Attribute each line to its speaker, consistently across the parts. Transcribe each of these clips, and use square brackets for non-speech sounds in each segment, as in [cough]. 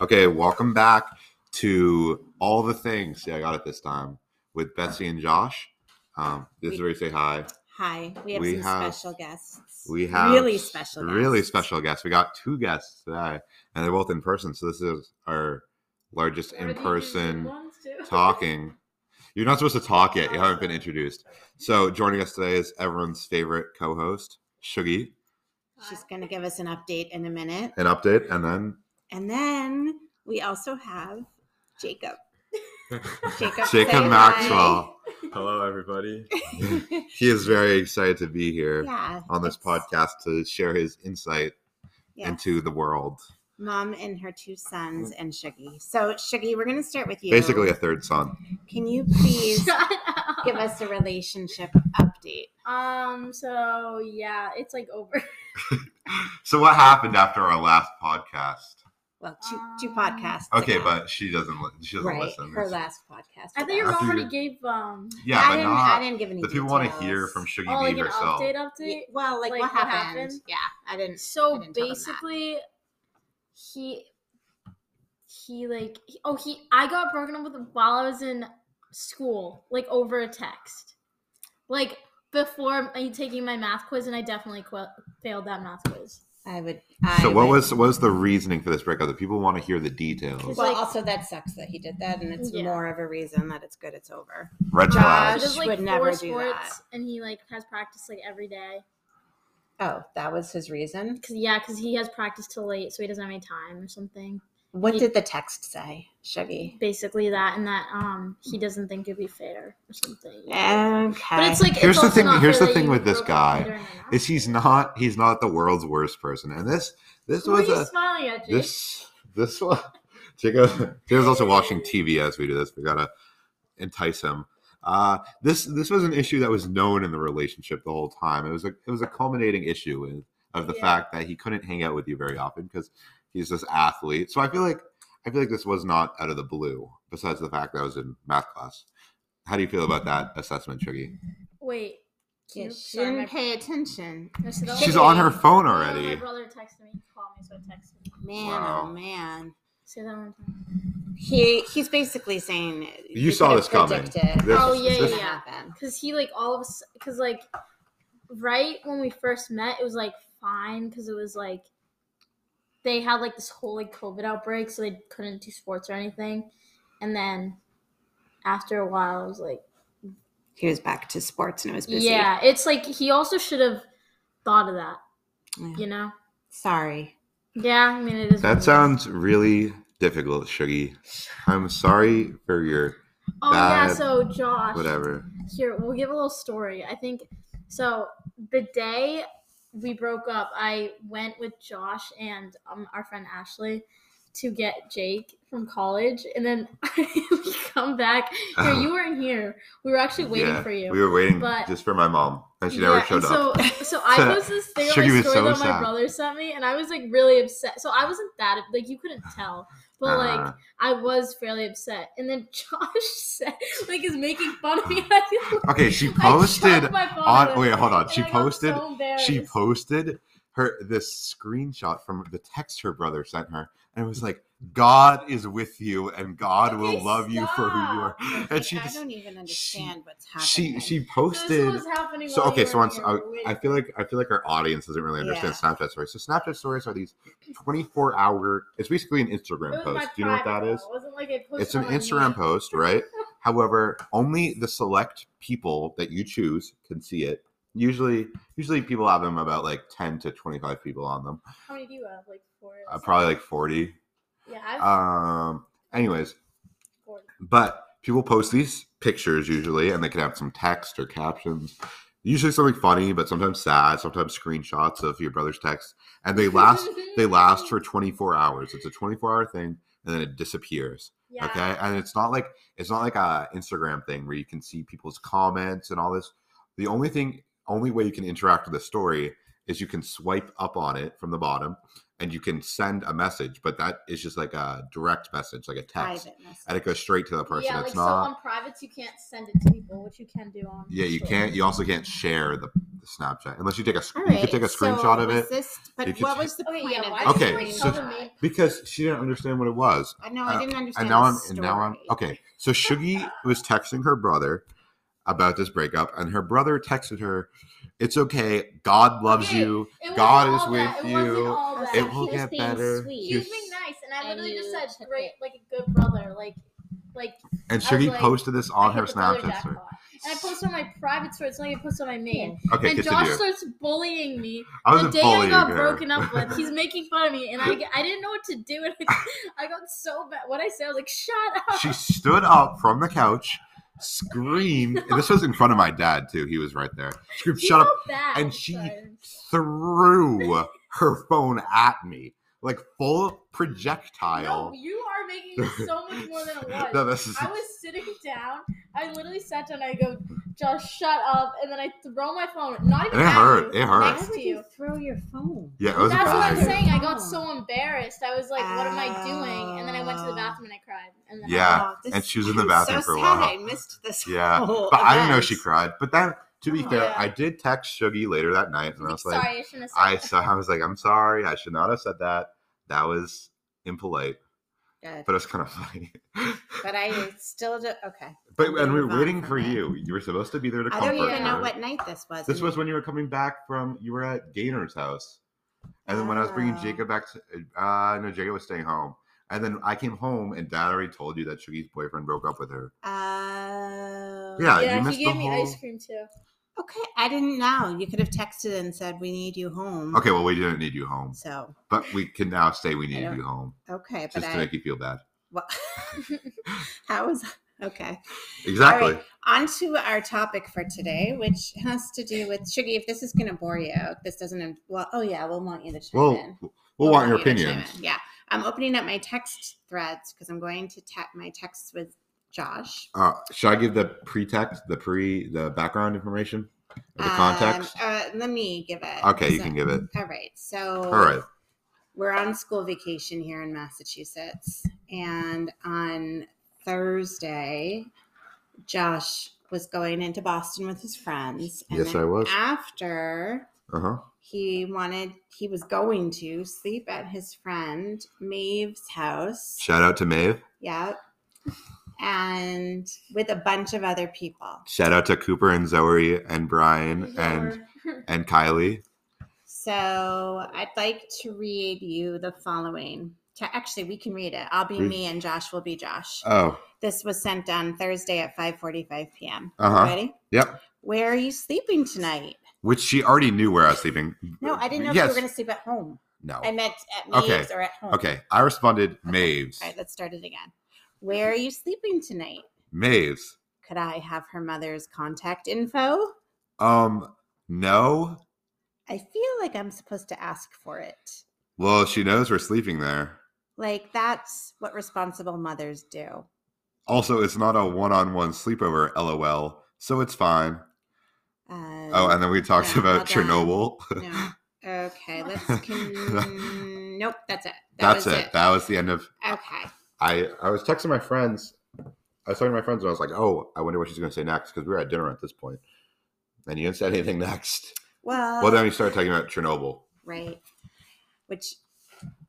Speaker 1: Okay, welcome back to all the things. See, I got it this time with Betsy and Josh. Um, this is
Speaker 2: We-
Speaker 1: where you say hi.
Speaker 2: Hi, we have
Speaker 1: We
Speaker 2: some
Speaker 1: have-
Speaker 2: special guests.
Speaker 1: we have
Speaker 2: really special, guests.
Speaker 1: Really special guests. We got two guests today, and they're both in person. So this is our largest in person talking. You're not supposed to talk yet. You haven't been introduced. So joining us today is everyone's favorite co-host, Shuggy.
Speaker 3: [laughs]
Speaker 2: She's going to give us an update in a minute,
Speaker 1: An update, and then
Speaker 2: and then we also have Jacob.
Speaker 1: [laughs]
Speaker 2: Jacob, say
Speaker 1: Jacob
Speaker 2: hi.
Speaker 1: Maxwell.
Speaker 4: Hello, everybody.
Speaker 1: He is very excited to be here
Speaker 2: [laughs] yeah,
Speaker 1: on this
Speaker 2: it's
Speaker 1: podcast to share his insight
Speaker 2: Yeah.
Speaker 1: into the world.
Speaker 2: Mom and her two sons and Shuggy. So Shuggy, we're going to start with you.
Speaker 1: Basically, a third son.
Speaker 2: can you
Speaker 3: [laughs]
Speaker 2: please
Speaker 3: Shut up.
Speaker 2: give us a relationship update?
Speaker 3: Um. So yeah, it's like over. [laughs]
Speaker 1: So what happened after our last podcast?
Speaker 2: Well, two, two
Speaker 3: Um,
Speaker 2: podcasts.
Speaker 1: Okay,
Speaker 2: ago.
Speaker 1: but she doesn't. Li- she doesn't
Speaker 2: right,
Speaker 1: listen.
Speaker 2: her
Speaker 1: It's-
Speaker 2: last podcast.
Speaker 3: I think
Speaker 2: ago.
Speaker 3: your mom already
Speaker 1: After-
Speaker 3: gave um.
Speaker 1: yeah,
Speaker 2: I
Speaker 1: but
Speaker 2: didn't.
Speaker 1: not.
Speaker 2: I didn't give any.
Speaker 1: the people want to
Speaker 2: details.
Speaker 1: hear from Shuggy
Speaker 3: Oh, like
Speaker 1: B
Speaker 3: an
Speaker 1: herself.
Speaker 3: update.
Speaker 2: Yeah,
Speaker 3: Update.
Speaker 2: well, like,
Speaker 3: Like,
Speaker 2: what,
Speaker 3: what
Speaker 2: happened?
Speaker 3: happened?
Speaker 2: Yeah, I didn't. I
Speaker 3: So
Speaker 2: didn't tell them that.
Speaker 3: basically, he he like he- oh he I got broken up with while I was in school, like over a text, like before me taking my math quiz, and I definitely qu- failed that math quiz.
Speaker 2: I would. I
Speaker 1: so what
Speaker 2: would-
Speaker 1: was what was the reasoning for this breakup? The people want to hear the details.
Speaker 3: It's
Speaker 2: Well,
Speaker 3: like-
Speaker 2: also that sucks that he did that, and it's
Speaker 3: Yeah.
Speaker 2: more of a reason that it's good. It's over.
Speaker 1: Red
Speaker 2: Josh.
Speaker 1: flags.
Speaker 3: He does,
Speaker 2: would never do
Speaker 3: and he like has practice like every day.
Speaker 2: Oh, that was his reason.
Speaker 3: Cause yeah, cause he has practice till late, so he doesn't have any time or something.
Speaker 2: What
Speaker 3: He-
Speaker 2: did the text say, Shuggy?
Speaker 3: Basically that, and that um he doesn't think it'd be fair or something.
Speaker 2: Okay,
Speaker 3: But it's like it's
Speaker 1: Here's the
Speaker 3: also
Speaker 1: thing-
Speaker 3: not
Speaker 1: here's
Speaker 3: fair
Speaker 1: the
Speaker 3: that
Speaker 1: thing
Speaker 3: you
Speaker 1: with this
Speaker 3: broke up
Speaker 1: guy,
Speaker 3: later in the night.
Speaker 1: Is he's not he's not the world's worst person. And this this
Speaker 3: Who are
Speaker 1: was
Speaker 3: you
Speaker 1: a
Speaker 3: smiling at, Jake?
Speaker 1: this this one. [laughs] Jacob Jacob's also watching TV as we do this. We gotta entice him. Uh, this this was an issue that was known in the relationship the whole time. It was a it was a culminating issue with of the
Speaker 3: Yeah.
Speaker 1: fact that he couldn't hang out with you very often because he's this athlete. So I feel like I feel like this was not out of the blue. Besides the fact that I was in math class. How do you feel about that assessment, Chuggy?
Speaker 3: Wait. can
Speaker 2: Yeah,
Speaker 3: you-
Speaker 2: she
Speaker 3: sorry,
Speaker 2: didn't
Speaker 3: my-
Speaker 2: pay attention.
Speaker 3: no, so that
Speaker 1: She's
Speaker 3: was-
Speaker 1: on her phone
Speaker 3: Oh,
Speaker 1: already.
Speaker 3: My brother texted me. He called me, so I texted him.
Speaker 2: Man,
Speaker 1: Wow.
Speaker 2: oh man,
Speaker 3: Say that one more time.
Speaker 2: he he's basically saying
Speaker 1: You saw this coming. This-
Speaker 3: Oh, yeah,
Speaker 1: this-
Speaker 3: yeah, yeah. Cause he like all of a s- cause like right when we first met, it was like fine because it was like they had like this whole like COVID outbreak, so they couldn't do sports or anything. And then after a while, I was like,
Speaker 2: He was back to sports and it was busy.
Speaker 3: yeah, it's like he also should have thought of that,
Speaker 2: Yeah.
Speaker 3: you know?
Speaker 2: Sorry.
Speaker 3: Yeah, I mean it is. what it
Speaker 1: That
Speaker 3: is.
Speaker 1: sounds really difficult, Shuggy. I'm sorry for your
Speaker 3: Oh yeah,
Speaker 1: bad,
Speaker 3: so Josh,
Speaker 1: whatever.
Speaker 3: Here, we'll give a little story. I think so. The day we broke up, I went with Josh and um, our friend Ashley to get Jake from college, and then [laughs] we come back. Here,
Speaker 1: Oh.
Speaker 3: you weren't here. We were actually waiting
Speaker 1: Yeah,
Speaker 3: for you.
Speaker 1: We were waiting
Speaker 3: but-
Speaker 1: just for my mom, and she
Speaker 3: Yeah,
Speaker 1: never
Speaker 3: and
Speaker 1: showed
Speaker 3: so,
Speaker 1: up.
Speaker 3: [laughs] So
Speaker 1: [laughs]
Speaker 3: I posted this thing on
Speaker 1: Sugar
Speaker 3: my
Speaker 1: was
Speaker 3: story
Speaker 1: so
Speaker 3: that my
Speaker 1: sad.
Speaker 3: brother sent me, and I was like really upset. So I wasn't that like you couldn't tell, but
Speaker 1: Uh-huh.
Speaker 3: like I was fairly upset. And then [laughs] Josh said, like, is making fun of me. [laughs] I,
Speaker 1: Uh, Okay, she
Speaker 3: I
Speaker 1: posted
Speaker 3: chucked my phone at
Speaker 1: on.
Speaker 3: him,
Speaker 1: Wait, hold on.
Speaker 3: and
Speaker 1: She
Speaker 3: I got
Speaker 1: posted.
Speaker 3: so embarrassed.
Speaker 1: she posted her this screenshot from the text her brother sent her, and it was like, "God is with you, and God will
Speaker 3: Okay,
Speaker 1: love you for who you are."
Speaker 3: stop.
Speaker 1: And she
Speaker 2: I
Speaker 1: just
Speaker 2: don't even understand what's
Speaker 1: she
Speaker 2: happening.
Speaker 1: she
Speaker 3: This
Speaker 1: posted.
Speaker 3: was happening.
Speaker 1: So
Speaker 3: while
Speaker 1: okay,
Speaker 3: you
Speaker 1: so
Speaker 3: were
Speaker 1: on,
Speaker 3: here.
Speaker 1: I,
Speaker 3: Wait.
Speaker 1: I feel like I feel like our audience doesn't really understand Snapchat stories. So Snapchat stories are these twenty-four hour. It's basically an
Speaker 3: It
Speaker 1: Instagram
Speaker 3: was my
Speaker 1: post. Do you know what that
Speaker 3: private,
Speaker 1: is?
Speaker 3: though. It wasn't like I posted
Speaker 1: It's an
Speaker 3: on my
Speaker 1: Instagram
Speaker 3: name.
Speaker 1: post,
Speaker 3: [laughs]
Speaker 1: right? However, only the select people that you choose can see it. Usually, usually people have them about like ten to twenty-five people on them.
Speaker 3: How many do you have? Like four. or
Speaker 1: Uh,
Speaker 3: something?
Speaker 1: probably like forty.
Speaker 3: Yeah, I have
Speaker 1: Um. Anyways,
Speaker 3: four.
Speaker 1: but people post these pictures usually and they can have some text or captions usually something funny but sometimes sad sometimes screenshots of your brother's text and they
Speaker 3: [laughs]
Speaker 1: last they last for 24 hours it's a 24 hour thing and then it disappears
Speaker 3: Yeah.
Speaker 1: okay and it's not like it's not like a instagram thing where you can see people's comments and all this the only thing only way you can interact with a story is you can swipe up on it from the bottom and you can send a message but that is just like a direct message like a text
Speaker 2: Private message.
Speaker 1: and it goes straight to the person.
Speaker 3: Yeah,
Speaker 1: it's
Speaker 3: like so
Speaker 1: not.
Speaker 3: on privates you can't send it to people, which you can do on.
Speaker 1: yeah, you
Speaker 3: story.
Speaker 1: can't. You also can't share the, the Snapchat unless you take a sc-
Speaker 2: All
Speaker 1: you
Speaker 2: right,
Speaker 1: could take a
Speaker 2: so
Speaker 1: screenshot of
Speaker 2: was
Speaker 1: it
Speaker 2: This, but
Speaker 1: You could
Speaker 2: what
Speaker 1: ta-
Speaker 2: was the
Speaker 3: Okay,
Speaker 2: point
Speaker 3: Oh, yeah, why
Speaker 2: of
Speaker 1: did
Speaker 2: this?
Speaker 1: Okay, you so-
Speaker 3: tell me?
Speaker 1: because she didn't understand what it was.
Speaker 2: I know I
Speaker 1: uh,
Speaker 2: didn't understand.
Speaker 1: And now
Speaker 2: the
Speaker 1: I'm and now I'm
Speaker 2: story.
Speaker 1: okay. So Shuggy was texting her brother about this breakup, and her brother texted her, "It's okay. God loves
Speaker 3: Okay,
Speaker 1: you.
Speaker 3: It wasn't
Speaker 1: God is
Speaker 3: all that.
Speaker 1: with
Speaker 3: It wasn't
Speaker 1: you.
Speaker 3: all
Speaker 1: It
Speaker 3: that. He
Speaker 1: will
Speaker 3: was
Speaker 1: get
Speaker 3: being
Speaker 1: better."
Speaker 3: sweet. He
Speaker 1: You
Speaker 3: was being nice, and I
Speaker 4: And
Speaker 3: literally just
Speaker 4: you
Speaker 3: said,
Speaker 4: took
Speaker 3: "Great,
Speaker 4: it.
Speaker 3: like a good brother." Like, like
Speaker 1: And
Speaker 3: I was
Speaker 1: Shuggy
Speaker 3: like,
Speaker 1: posted this on
Speaker 3: I
Speaker 1: her
Speaker 3: hit the brother
Speaker 1: Snapchat story.
Speaker 3: jackpot. And I posted on my private story. It's not even posted on my main.
Speaker 1: Okay,
Speaker 3: and
Speaker 1: continue.
Speaker 3: Josh starts bullying me.
Speaker 1: I
Speaker 3: the
Speaker 1: wasn't
Speaker 3: day I
Speaker 1: bullying
Speaker 3: got
Speaker 1: her.
Speaker 3: broken up with, he's making fun of me,
Speaker 1: [laughs]
Speaker 3: and I, I didn't know what to do. And I, [laughs] I got so bad. What I said, I was like, "Shut up!"
Speaker 1: she stood up from the couch, screamed. and this was in front of my dad too. He was right there. Screamed,
Speaker 3: He
Speaker 1: "Shut up!"
Speaker 3: [laughs] felt Bad
Speaker 1: and she-
Speaker 3: sometimes.
Speaker 1: Threw her phone at me like full
Speaker 3: No,
Speaker 1: projectile.
Speaker 3: you are making
Speaker 1: [laughs]
Speaker 3: it so much more than it was.
Speaker 1: No, this is
Speaker 3: I was sitting down. I literally sat down. And I go, "Josh, shut up!" And then I throw my phone. Not even.
Speaker 1: And it
Speaker 3: at
Speaker 1: hurt.
Speaker 3: you,
Speaker 1: It hurt.
Speaker 2: Why
Speaker 3: Next
Speaker 2: would
Speaker 3: to
Speaker 2: you
Speaker 3: you.
Speaker 2: throw your phone?
Speaker 1: yeah, it was a
Speaker 3: That's what
Speaker 1: bad
Speaker 3: I'm
Speaker 1: idea.
Speaker 3: saying. I got so embarrassed. I was like, "What am I doing?" And then I went to the
Speaker 2: Oh.
Speaker 3: bathroom and I cried. And then
Speaker 1: Ah.
Speaker 3: I-
Speaker 1: Yeah,
Speaker 2: Oh, this
Speaker 1: and she was in
Speaker 2: is [laughs]
Speaker 1: the bathroom
Speaker 2: so
Speaker 1: for a
Speaker 2: sad
Speaker 1: while.
Speaker 2: I missed this.
Speaker 1: Yeah,
Speaker 2: whole
Speaker 1: but I didn't know
Speaker 2: event.
Speaker 1: she cried. But then, to be
Speaker 2: Oh.
Speaker 1: fair,
Speaker 3: Oh, Yeah.
Speaker 1: I did text Shuggy later that night, and I was like,
Speaker 3: sorry, I shouldn't have said
Speaker 1: I
Speaker 3: that.
Speaker 1: saw, [laughs] I was like, I'm sorry, I should not have said that. That was impolite,
Speaker 2: Good.
Speaker 1: but it's kind of funny. [laughs]
Speaker 2: But I still do. Okay.
Speaker 1: but
Speaker 2: I'm
Speaker 1: and
Speaker 2: gonna
Speaker 1: we
Speaker 2: move
Speaker 1: were
Speaker 2: on
Speaker 1: waiting
Speaker 2: from
Speaker 1: for
Speaker 2: it.
Speaker 1: you. You were supposed to be there to
Speaker 2: I
Speaker 1: comfort
Speaker 2: don't even know
Speaker 1: her.
Speaker 2: what night this was.
Speaker 1: This was when you were coming back from. You were at Gaynor's house, and then when I was bringing
Speaker 2: Oh.
Speaker 1: Jacob back, to, uh no, Jacob was staying home. And then I came home, and Dad already told you that Shuggy's boyfriend broke up with her.
Speaker 2: Uh,
Speaker 1: Yeah, you
Speaker 3: yeah,
Speaker 1: missed
Speaker 3: he gave
Speaker 1: the
Speaker 3: me
Speaker 1: whole.
Speaker 3: ice cream too.
Speaker 2: Okay. I didn't know. You could have texted and said, "We need you home."
Speaker 1: Okay, well, we didn't need you home,
Speaker 2: So
Speaker 1: but we can now say we needed
Speaker 2: don't-
Speaker 1: you home
Speaker 2: okay, but
Speaker 1: just to
Speaker 2: I.
Speaker 1: make you feel bad.
Speaker 2: Well, [laughs] how was okay?
Speaker 1: Exactly.
Speaker 2: right. On to our topic for today, which has to do with Shuggy. If this is going to bore you, this doesn't. Well, oh yeah, we'll want you to chime
Speaker 1: Well,
Speaker 2: in.
Speaker 1: we'll, want your
Speaker 2: you to chime
Speaker 1: opinions.
Speaker 2: in. Yeah, I'm opening up my text threads because I'm going to tap my texts with Josh.
Speaker 1: Uh, should I give the pretext, the pre, the background information, or the
Speaker 2: Um,
Speaker 1: context?
Speaker 2: uh, let me give it.
Speaker 1: Okay, you
Speaker 2: So-
Speaker 1: can give it.
Speaker 2: All right. So.
Speaker 1: All right.
Speaker 2: we're on school vacation here in Massachusetts. And on Thursday, Josh was going into Boston with his friends. And
Speaker 1: Yes, I was.
Speaker 2: After
Speaker 1: Uh huh.
Speaker 2: he wanted, he was going to sleep at his friend Maeve's house.
Speaker 1: Shout out to Maeve.
Speaker 2: Yep. And with a bunch of other people.
Speaker 1: Shout out to Cooper and Zoe and Brian and and Kylie.
Speaker 2: So I'd like to read you the following. Ca- Actually, we can read it. I'll be
Speaker 1: Read.
Speaker 2: me and Josh will be Josh.
Speaker 1: Oh,
Speaker 2: This was sent on Thursday at 5:45 p.m.
Speaker 1: uh huh.
Speaker 2: Ready?
Speaker 1: Yep.
Speaker 2: Where are you sleeping tonight?
Speaker 1: Which she already knew where I was sleeping.
Speaker 2: No, I didn't know if
Speaker 1: Yes.
Speaker 2: you were going to sleep at home.
Speaker 1: No.
Speaker 2: I meant at Maeve's
Speaker 1: Okay.
Speaker 2: or at home.
Speaker 1: Okay. I responded, Maeve's.
Speaker 2: All right, let's start it again. Where are you sleeping tonight?
Speaker 1: Maeve's.
Speaker 2: Could I have her mother's contact info?
Speaker 1: Um, no.
Speaker 2: I feel like I'm supposed to ask for it.
Speaker 1: Well, she knows we're sleeping there.
Speaker 2: Like that's what responsible mothers do.
Speaker 1: Also, it's not a one-on-one sleepover, lol. So it's fine.
Speaker 2: Um,
Speaker 1: Oh, and then we talked
Speaker 2: yeah,
Speaker 1: about
Speaker 2: well done.
Speaker 1: Chernobyl. [laughs]
Speaker 2: no. Okay, let's. Con- nope, that's it. That
Speaker 1: That's
Speaker 2: was
Speaker 1: it. That was the end of.
Speaker 2: okay.
Speaker 1: I I was texting my friends. I was talking to my friends, and I was like, "Oh, I wonder what she's going to say next," because we were at dinner at this point, and you didn't say anything [laughs] next.
Speaker 2: Well,
Speaker 1: well, then we started talking about Chernobyl.
Speaker 2: right? Which,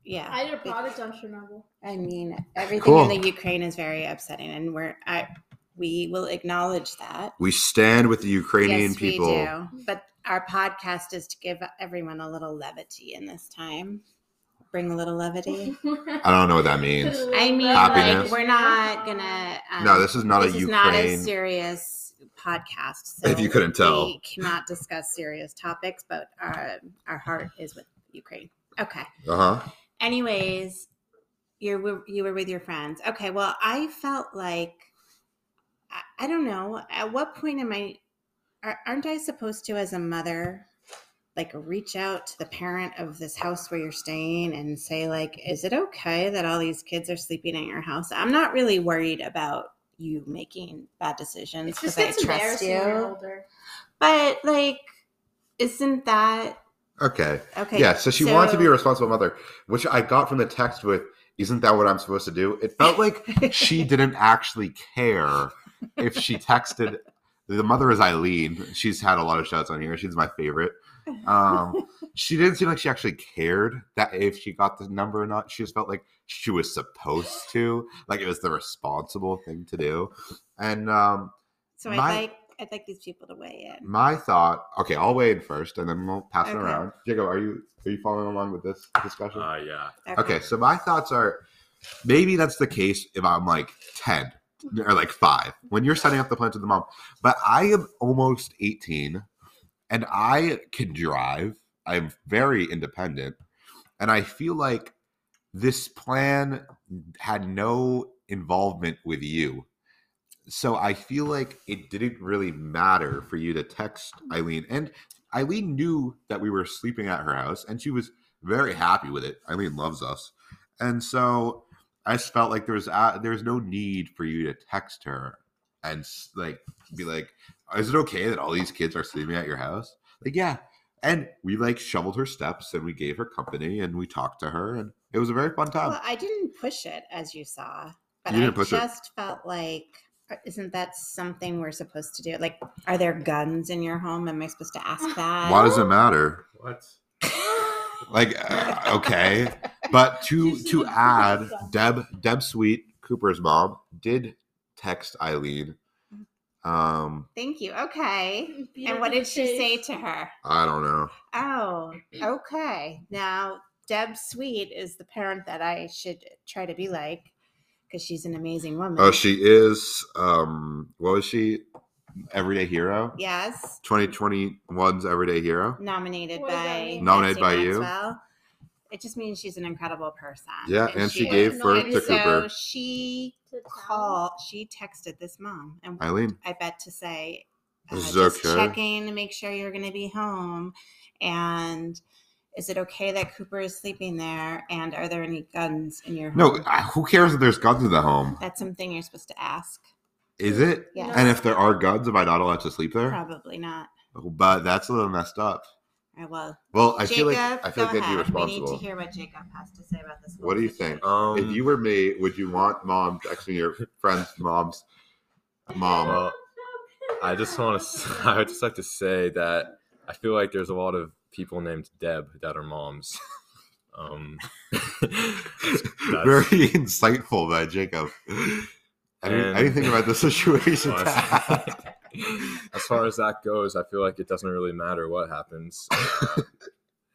Speaker 2: yeah,
Speaker 3: I did a
Speaker 2: be-
Speaker 3: product on
Speaker 2: [laughs]
Speaker 3: Chernobyl.
Speaker 2: I mean, everything in
Speaker 1: Cool.
Speaker 2: the Ukraine is very upsetting, and we're I we will acknowledge that.
Speaker 1: We stand with the Ukrainian people.
Speaker 2: we do. But our podcast is to give everyone a little levity in this time. Bring a little levity.
Speaker 3: [laughs]
Speaker 1: I don't know what that means.
Speaker 2: I mean,
Speaker 1: Happiness.
Speaker 2: like we're not gonna. Um,
Speaker 1: no, this is not
Speaker 2: this
Speaker 1: a
Speaker 2: is
Speaker 1: Ukraine.
Speaker 2: not a serious podcast. So
Speaker 1: If you couldn't tell.
Speaker 2: we cannot discuss serious topics, but our our heart is with Ukraine. Okay.
Speaker 1: uh huh.
Speaker 2: anyways you're wi- you were with your friends okay well i felt like i, I don't know at what point am i are, aren't i supposed to as a mother like reach out to the parent of this house where you're staying and say like is it okay that all these kids are sleeping at your house i'm not really worried about you making bad
Speaker 1: Um,
Speaker 2: decisions
Speaker 3: It's just
Speaker 2: because i
Speaker 3: gets
Speaker 2: trust
Speaker 3: embarrassing when you're
Speaker 2: you
Speaker 3: older.
Speaker 2: but like isn't that
Speaker 1: Okay.
Speaker 2: okay
Speaker 1: Yeah. So she wanted
Speaker 2: [laughs]
Speaker 1: to be a
Speaker 2: so-
Speaker 1: responsible mother, which I got from the text with, "Isn't that what I'm supposed
Speaker 2: [laughs]
Speaker 1: to do?" It felt like she didn't actually care if she texted The mother is Eileen. She's had a lot of shots on here. She's my favorite. Um, she didn't seem like she actually cared that if she got the number or not. She just felt like she was supposed to, like it was the responsible thing to do. And um,
Speaker 2: so I'd
Speaker 1: my- Mm,
Speaker 2: like I'd like these people to weigh in.
Speaker 1: my thought, okay, I'll weigh in first, and then we'll pass it
Speaker 2: Okay.
Speaker 1: around. Jacob, are you are you following along with this discussion?
Speaker 4: Uh, yeah.
Speaker 1: Okay, so my thoughts are maybe that's the case if I'm like 10 or like 5 when you're setting up the plans with the mom. But I am almost 18 and I can drive. I'm very independent. And I feel like this plan had no involvement with you. So I feel like it didn't really matter for you to text Eileen. And Eileen knew that we were sleeping at her house and she was very happy with it. Eileen loves us, and so I just felt like there was uh, there was no need for you to text her and s- like be like, "Is it okay that all these kids are sleeping at your house?" Like, yeah. And we like shoveled her steps and we gave her company and we talked to her and it was a very fun time.
Speaker 2: Well, I didn't push it as you saw, but
Speaker 1: Um, You didn't
Speaker 2: I
Speaker 1: push it.
Speaker 2: just felt like isn't that something we're supposed to do? Like, are there guns in your home? Am I supposed to
Speaker 1: [laughs]
Speaker 2: ask that?
Speaker 1: Why does it matter?
Speaker 4: What?
Speaker 1: Like, uh, okay, but to
Speaker 3: She's
Speaker 1: to
Speaker 3: like,
Speaker 1: add,
Speaker 3: "Awesome."
Speaker 1: Deb Deb Sweet Cooper's mom did text Eileen. Um,
Speaker 2: [laughs] Thank you. Okay. And what did she say to her?
Speaker 1: I don't know.
Speaker 2: Oh, okay. Now, Deb Sweet is the parent that I should try to be like because she's an amazing woman.
Speaker 1: Oh, she is. Um, what was she? Everyday Hero.
Speaker 2: Yes.
Speaker 1: 2021's Everyday Hero.
Speaker 2: Nominated
Speaker 3: What does that
Speaker 2: by
Speaker 3: mean?
Speaker 1: Nominated by
Speaker 2: Nancy
Speaker 1: you.
Speaker 2: Maxwell. It just means she's an incredible person.
Speaker 1: Yeah, and, she,
Speaker 3: she
Speaker 1: gave
Speaker 3: is
Speaker 1: birth
Speaker 2: and
Speaker 1: to
Speaker 2: so
Speaker 1: Cooper.
Speaker 2: she
Speaker 3: Call.
Speaker 2: called. She texted this mom, and
Speaker 1: Eileen.
Speaker 2: I bet to say, uh,
Speaker 1: This is
Speaker 2: just
Speaker 1: okay.
Speaker 2: checking to make sure you're going to be home, and is it okay that Cooper is sleeping there? And are there any guns in your home?
Speaker 1: No, I- who cares if there's guns in the home?
Speaker 2: that's something you're supposed to ask.
Speaker 1: Is it?
Speaker 2: Yeah,
Speaker 1: And if there
Speaker 3: [laughs]
Speaker 1: are guns, am I not allowed to sleep there?
Speaker 2: probably not.
Speaker 1: But that's a little messed up.
Speaker 2: I will.
Speaker 1: Well, I
Speaker 2: Jacob,
Speaker 1: feel like I feel
Speaker 2: go
Speaker 1: like they'd be
Speaker 2: ahead. We
Speaker 1: responsible.
Speaker 2: need to hear what Jacob has to say about this.
Speaker 1: What do you think?
Speaker 4: Um,
Speaker 1: if you were me, would you want mom texting your friend's mom's [laughs] mom?
Speaker 4: Well, I just want to. [laughs] I would just like to say that I feel like there's a lot of people named Deb that are moms. [laughs] Um, [laughs] That's-
Speaker 1: Very insightful by Jacob. I mean,
Speaker 4: And-
Speaker 1: anything
Speaker 4: [laughs]
Speaker 1: about the situation?
Speaker 4: as far as that goes, I feel like it doesn't really matter
Speaker 1: [laughs]
Speaker 4: what happens.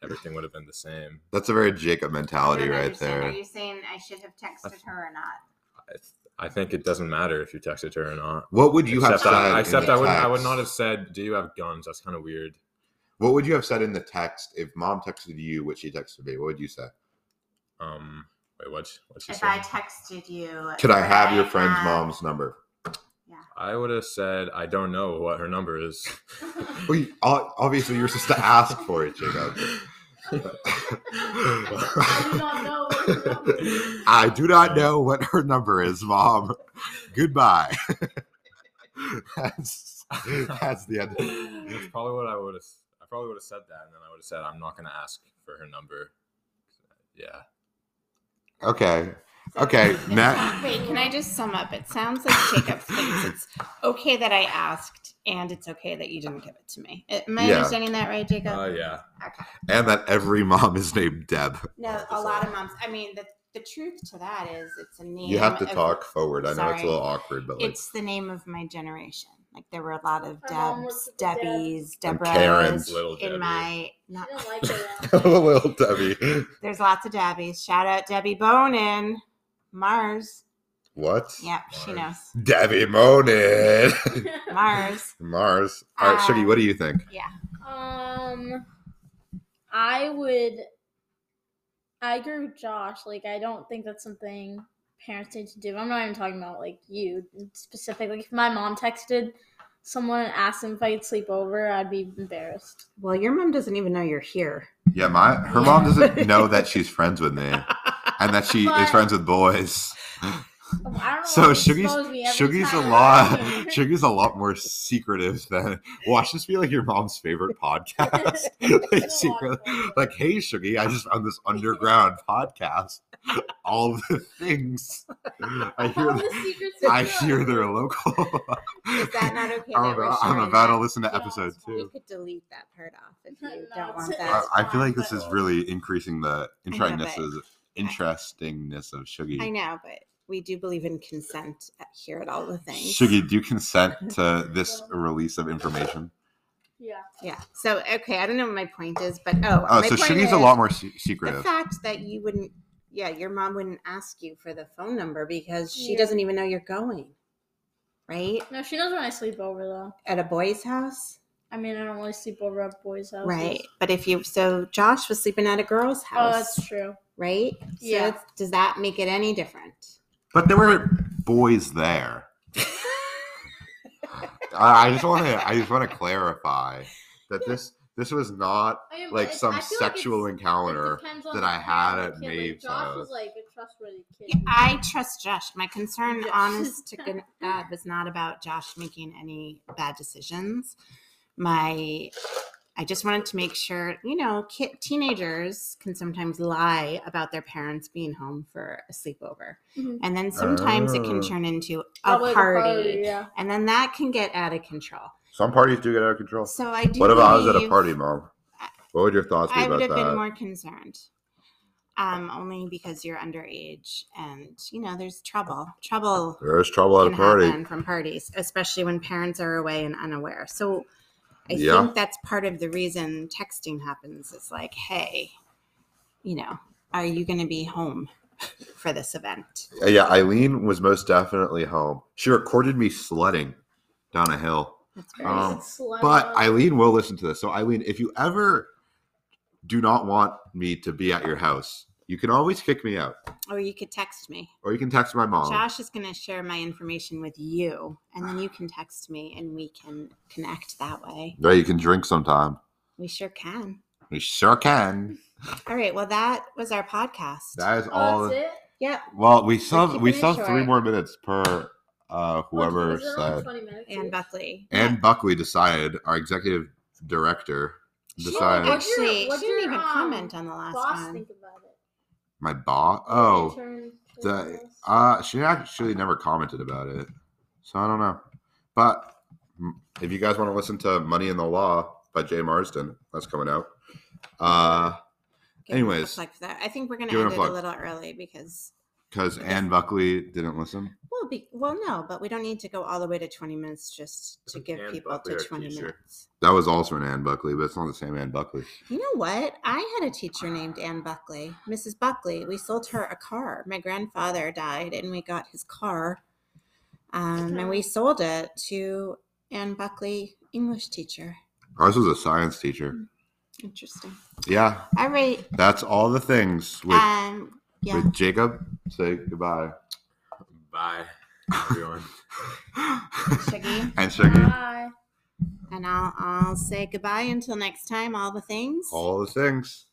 Speaker 4: Everything would have been the same.
Speaker 1: [laughs] That's a very Jacob mentality right
Speaker 2: Are
Speaker 1: there.
Speaker 2: you saying I should have texted her or not?
Speaker 4: I, I think it doesn't matter if you texted her or not.
Speaker 1: What would you have
Speaker 4: except
Speaker 1: said?
Speaker 4: I,
Speaker 1: in
Speaker 4: except
Speaker 1: the
Speaker 4: I would I would
Speaker 1: text?
Speaker 4: not have said, "Do you have guns?" That's kind of weird.
Speaker 1: What would you have said in the text if mom texted you what she texted me? What would you say?
Speaker 4: Um, wait, what? What she
Speaker 2: If
Speaker 4: say?
Speaker 2: I texted you, uh,
Speaker 1: Could I have your
Speaker 2: I
Speaker 1: friend's
Speaker 3: Um,
Speaker 2: have- [laughs]
Speaker 1: mom's number?
Speaker 4: I would have said, "I don't know what her number is."
Speaker 1: Well, you- o- obviously, you're supposed to ask for it, Jacob.
Speaker 3: [laughs] I do not know. what her number
Speaker 4: [laughs]
Speaker 3: is.
Speaker 1: [laughs] I do not know what her number is, mom. Goodbye. [laughs] that's, that's the end.
Speaker 4: That's probably what I would have. I probably would have said that, and then I would have said, "I'm not going to ask for her number." Yeah.
Speaker 1: Okay. [laughs] Okay. Matt.
Speaker 2: Wait, can I just sum up? It sounds like Jacob thinks it's okay that I asked, and it's okay that you didn't give it to me. Am I
Speaker 1: Yeah.
Speaker 2: understanding that right, Jacob?
Speaker 4: Oh yeah.
Speaker 2: okay.
Speaker 1: And that every mom is named Deb.
Speaker 2: No,
Speaker 4: That's
Speaker 2: a lot
Speaker 4: all.
Speaker 2: of moms. I mean, the the truth to that is, it's a name.
Speaker 1: You have to
Speaker 2: of-
Speaker 1: talk forward. I know it's a
Speaker 2: Sorry.
Speaker 1: little awkward, but [laughs] like
Speaker 2: It's the name of my generation. Like there were a lot of
Speaker 3: My mom was
Speaker 2: Debs,
Speaker 3: Deb.
Speaker 2: Debbies,
Speaker 1: And
Speaker 2: Deborahs
Speaker 1: Karens.
Speaker 4: Little
Speaker 2: in
Speaker 4: Debbie.
Speaker 2: my. Not,
Speaker 3: I don't like her.
Speaker 1: little Debbie.
Speaker 2: there's lots of Debbies. Shout out Debbie Bonin, Mars.
Speaker 1: What?
Speaker 2: Yeah, she knows
Speaker 4: Mars.
Speaker 1: Debbie Monin. [laughs]
Speaker 3: [laughs]
Speaker 2: Mars.
Speaker 1: Mars. All right,
Speaker 2: Uh,
Speaker 1: Shuggy, what do you think?
Speaker 3: Um, I would. I agree with Josh. Like, I don't think that's something parents need to do. I'm not even talking about like you specifically. If my mom texted someone and asked them if I could sleep over, I'd be embarrassed.
Speaker 2: [laughs] Well, your mom doesn't even know you're here.
Speaker 1: Yeah, my her mom
Speaker 2: [laughs]
Speaker 1: doesn't know that she's friends with me and that she is
Speaker 3: But-
Speaker 1: friends with boys.
Speaker 3: Oh, I don't know
Speaker 1: So
Speaker 3: why you
Speaker 1: Sugi's-
Speaker 3: expose me every
Speaker 1: Sugar's a
Speaker 3: time. [laughs]
Speaker 1: lot. [laughs] Sugar's a lot more secretive than. Watch this be like your mom's favorite
Speaker 3: [laughs]
Speaker 1: [laughs] podcast. like, secretly, like, hey, Sugar, I just
Speaker 3: [laughs]
Speaker 1: found this underground podcast. All the things I
Speaker 3: All
Speaker 1: hear.
Speaker 3: the
Speaker 1: that-
Speaker 3: secrets
Speaker 1: I hear they're local.
Speaker 2: Is that not
Speaker 1: [laughs]
Speaker 2: okay?
Speaker 1: I
Speaker 2: that
Speaker 1: don't
Speaker 2: we're
Speaker 1: know. I'm
Speaker 2: sharing
Speaker 1: about to
Speaker 2: that?
Speaker 1: listen to
Speaker 3: Yeah,
Speaker 1: episode
Speaker 3: it's
Speaker 2: You
Speaker 1: two.
Speaker 2: could delete that part off if
Speaker 3: No,
Speaker 2: you
Speaker 3: it's-
Speaker 2: don't want
Speaker 3: it's-
Speaker 2: that.
Speaker 1: I I feel like this
Speaker 3: fine,
Speaker 1: is
Speaker 3: but-
Speaker 1: really increasing the
Speaker 2: know,
Speaker 1: interestingness
Speaker 2: but-
Speaker 1: of interestingness of
Speaker 2: I
Speaker 1: Shuggy.
Speaker 2: know, but we do believe in consent at- here at all the things.
Speaker 1: Shuggy, do you
Speaker 3: [laughs]
Speaker 1: consent to this release of information?
Speaker 3: Yeah.
Speaker 2: Yeah. So okay, I don't know what my point is, but oh,
Speaker 1: Oh,
Speaker 2: my
Speaker 1: so
Speaker 2: point
Speaker 1: Shuggy's a
Speaker 2: is
Speaker 1: lot more se-
Speaker 2: The
Speaker 1: secretive.
Speaker 2: fact that you wouldn't, yeah, your mom wouldn't ask you for the phone number because she
Speaker 3: Yeah.
Speaker 2: doesn't even know you're going, right?
Speaker 3: No, she knows when I sleep over though.
Speaker 2: At a boy's house,
Speaker 3: I mean, I don't really sleep over at boys' houses.
Speaker 2: right? But if you, so Josh was sleeping at a girl's
Speaker 3: Oh,
Speaker 2: house,
Speaker 3: that's true.
Speaker 2: right? So
Speaker 3: Yeah.
Speaker 2: it's- does that make it any
Speaker 3: [laughs]
Speaker 2: different?
Speaker 1: But there were boys there. I I just want to. I just want to clarify that this this was not
Speaker 3: I mean, but
Speaker 1: like
Speaker 3: it's-
Speaker 1: some
Speaker 3: I feel like
Speaker 1: sexual
Speaker 3: it's-
Speaker 1: encounter.
Speaker 3: it depends on
Speaker 1: that
Speaker 3: the
Speaker 1: I had
Speaker 3: kid.
Speaker 1: at
Speaker 3: Like,
Speaker 1: Maeve's
Speaker 3: Josh
Speaker 1: house.
Speaker 3: was like a trustworthy kid.
Speaker 2: Yeah, I trust Josh. My concern,
Speaker 3: Yes.
Speaker 2: honest to good- God, was not about Josh making any bad decisions. My, I just wanted to make sure, you know, ki teenagers can sometimes lie about their parents being home for a sleepover,
Speaker 3: Mhm.
Speaker 2: and then sometimes it can
Speaker 1: Oh.
Speaker 2: turn into a
Speaker 3: Probably the
Speaker 2: party,
Speaker 3: yeah.
Speaker 2: and then that can get out of control.
Speaker 1: Some parties do get out of control.
Speaker 2: So I do.
Speaker 1: What if I was at a
Speaker 2: believe-
Speaker 1: party, mom? What would your thoughts be
Speaker 2: I
Speaker 1: about
Speaker 2: would have been
Speaker 1: that?
Speaker 2: more concerned. Um, only because you're underage and you know there's trouble. Trouble
Speaker 1: There's trouble at a
Speaker 2: can
Speaker 1: party.
Speaker 2: happen from parties, especially when parents are away and unaware. So I
Speaker 1: Yeah.
Speaker 2: think that's part of the reason texting happens. It's like, hey, you know, are you gonna be home [laughs] for this event?
Speaker 1: Uh, Yeah, Eileen was most definitely home. She recorded me sledding down a hill.
Speaker 2: That's great.
Speaker 1: Um,
Speaker 3: Slow.
Speaker 1: But Eileen will listen to this. So Eileen, if you ever do not want me to be at your house, you can always kick me out,
Speaker 2: or you could text me.
Speaker 1: or you can text my mom.
Speaker 2: Josh is gonna share my information with you and then you can text me and we can connect that way.
Speaker 1: Yeah, you can drink sometime.
Speaker 2: We sure can.
Speaker 1: We sure
Speaker 2: [laughs]
Speaker 1: can.
Speaker 2: All right. Well, that was our podcast.
Speaker 1: That is
Speaker 3: Oh,
Speaker 1: all.
Speaker 3: that's it?
Speaker 2: yep.
Speaker 1: Well, we still have-
Speaker 2: keeping
Speaker 1: we
Speaker 2: it
Speaker 1: still have three
Speaker 2: short.
Speaker 1: more minutes per uh, whoever
Speaker 3: Is it only
Speaker 1: said.
Speaker 3: 20 minutes?
Speaker 2: And Buckley.
Speaker 1: And Buckley decided, our executive director
Speaker 2: She didn't-
Speaker 1: decided.
Speaker 3: What's your-
Speaker 2: actually,
Speaker 3: what's
Speaker 2: she didn't
Speaker 3: your,
Speaker 2: even
Speaker 3: um,
Speaker 2: comment on the last
Speaker 3: boss
Speaker 2: one.
Speaker 3: think about it.
Speaker 1: my boss. Oh,
Speaker 3: Intern,
Speaker 1: the
Speaker 3: interns.
Speaker 1: uh, she actually never commented about it, so I don't know. But mm, if you guys want to listen to "Money in the Law" by Jay Marsden, that's coming out. Uh,
Speaker 2: Give him a
Speaker 1: anyways.
Speaker 2: plug for that. I think we're going to
Speaker 1: Give it
Speaker 2: end
Speaker 1: a
Speaker 2: it
Speaker 1: plug.
Speaker 2: a little early because
Speaker 1: because Anne Buckley didn't listen.
Speaker 2: well, be, well, no, but we don't need to go all the way to twenty minutes just to
Speaker 4: Isn't
Speaker 2: give
Speaker 4: Ann
Speaker 2: people
Speaker 4: Buckley
Speaker 2: to
Speaker 4: our
Speaker 2: twenty
Speaker 4: teacher?
Speaker 2: minutes.
Speaker 1: That was also an Anne Buckley, but it's not the same Anne Buckley.
Speaker 2: You know what? I had a teacher named Anne Buckley, Mrs. Buckley. We sold her a car. My grandfather died, and we got his car, um, and we
Speaker 3: Uh-huh.
Speaker 2: sold it to Anne Buckley, English teacher.
Speaker 1: Ours was a science teacher.
Speaker 2: Interesting.
Speaker 1: Yeah,
Speaker 2: All right.
Speaker 1: that's all the things with
Speaker 2: um. Yeah.
Speaker 1: with Jacob. Say goodbye.
Speaker 4: Bye, everyone.
Speaker 2: Shaggy.
Speaker 1: [laughs]
Speaker 2: Uh,
Speaker 1: and Shaggy.
Speaker 3: Bye.
Speaker 2: And I'll I'll say goodbye until next time. All the things.
Speaker 1: All the things.